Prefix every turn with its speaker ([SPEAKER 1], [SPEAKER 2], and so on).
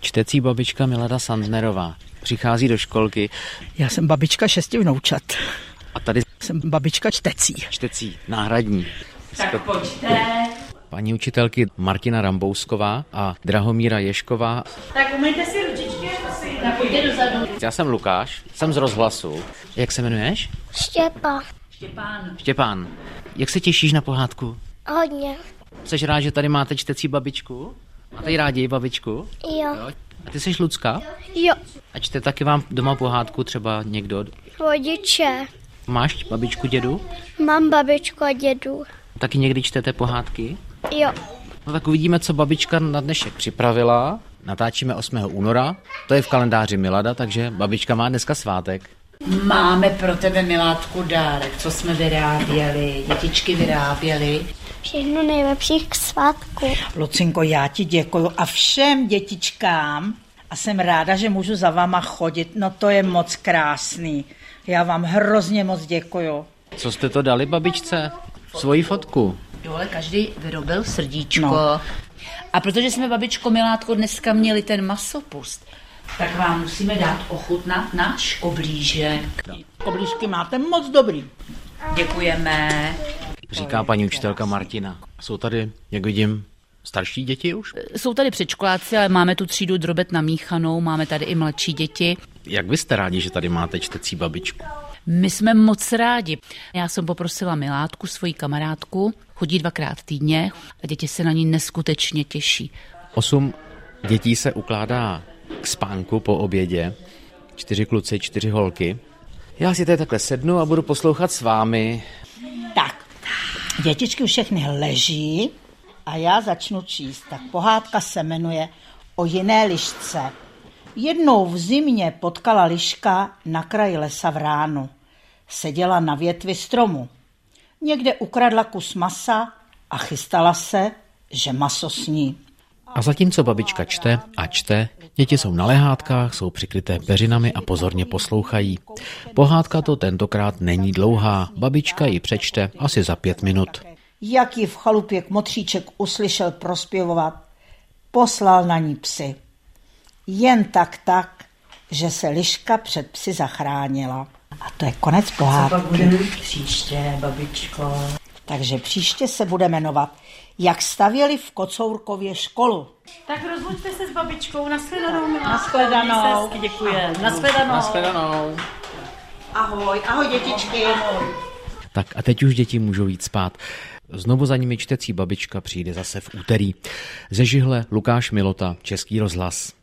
[SPEAKER 1] čtecí babička Milada Sandnerová. Přichází do školky
[SPEAKER 2] Já jsem babička šesti vnoučat.
[SPEAKER 1] a tady
[SPEAKER 2] Jsem babička čtecí.
[SPEAKER 1] čtecí náhradní.
[SPEAKER 3] Tak pojďte.
[SPEAKER 1] Paní učitelky Martina Rambousková a Drahomíra Ješková.
[SPEAKER 3] Tak umyjte si ručičky a si Tak pojďte dozadu.
[SPEAKER 1] Já jsem Lukáš, jsem z rozhlasu. Jak se jmenuješ?
[SPEAKER 4] Štěpa,
[SPEAKER 3] Štěpán.
[SPEAKER 1] Štěpán. Jak se těšíš na pohádku?
[SPEAKER 4] hodně,
[SPEAKER 1] Jsi rád, že tady máte čtecí babičku? Máte jí rádi babičku?
[SPEAKER 4] jo,
[SPEAKER 1] A ty jsi Lucka?
[SPEAKER 4] jo,
[SPEAKER 1] A čte taky vám doma pohádku třeba někdo?
[SPEAKER 4] rodiče,
[SPEAKER 1] Máš babičku, dědu?
[SPEAKER 4] mám babičku a dědu,
[SPEAKER 1] Taky někdy čtete pohádky?
[SPEAKER 4] jo,
[SPEAKER 1] No tak uvidíme, co babička na dnešek připravila. Natáčíme 8. února, to je v kalendáři Milada, takže babička má dneska svátek.
[SPEAKER 3] Máme pro tebe, Milátku, dárek, co jsme vyráběli, dětičky vyráběli.
[SPEAKER 4] všechno nejlepší k svátku.
[SPEAKER 2] Lucinko, já ti děkuju a všem dětičkám a jsem ráda, že můžu za váma chodit. No to je moc krásný. Já vám hrozně moc děkuju.
[SPEAKER 1] Co jste to dali babičce? Svoji fotku.
[SPEAKER 3] Dole každý vyrobil srdíčko.
[SPEAKER 2] No.
[SPEAKER 3] No. A protože jsme, babičko, Milátko, dneska měli ten masopust, tak vám musíme dát ochutnat náš oblížek.
[SPEAKER 2] Koblížky máte moc dobrý.
[SPEAKER 3] Děkujeme.
[SPEAKER 1] Říká paní učitelka Martina. Jsou tady, jak vidím, starší děti už?
[SPEAKER 3] Jsou tady předškoláci, ale máme tu třídu drobet namíchanou, máme tady i mladší děti.
[SPEAKER 1] Jak vy jste rádi, že tady máte čtecí babičku?
[SPEAKER 3] My jsme moc rádi. Já jsem poprosila Milátku, svoji kamarádku, chodí dvakrát týdně a děti se na ní neskutečně těší.
[SPEAKER 1] Osm dětí se ukládá k spánku po obědě. Čtyři kluci, čtyři holky. Já si tady takhle sednu a budu poslouchat s vámi.
[SPEAKER 2] Tak, dětičky už všechny leží a já začnu číst. Tak pohádka se jmenuje O jiné lišce. Jednou v zimě potkala liška na kraji lesa v ránu. Seděla na větvi stromu. Někde ukradla kus masa a chystala se, že maso sní.
[SPEAKER 1] A zatímco babička čte a čte, děti jsou na lehátkách, jsou přikryté peřinami a pozorně poslouchají. Pohádka to tentokrát není dlouhá, babička ji přečte asi za pět minut.
[SPEAKER 2] Jak ji v chalupě kmotříček uslyšel prospěvovat, poslal na ní psy. Jen tak tak, že se liška před psy zachránila. A to je konec pohádky.
[SPEAKER 3] Příště, babičko.
[SPEAKER 2] Takže příště se bude jmenovat Jak stavěli v Kocourkově školu.
[SPEAKER 5] Tak rozlučte se s babičkou, nashledanou milá.
[SPEAKER 2] Nashledanou.
[SPEAKER 5] Měj se hezky, Děkujem. Nashledanou.
[SPEAKER 1] Nashledanou.
[SPEAKER 2] Ahoj, ahoj dětičky.
[SPEAKER 1] Tak a teď už děti můžou jít spát. Znovu za nimi čtecí babička přijde zase v úterý. Ze Žihle Lukáš Milota, Český rozhlas.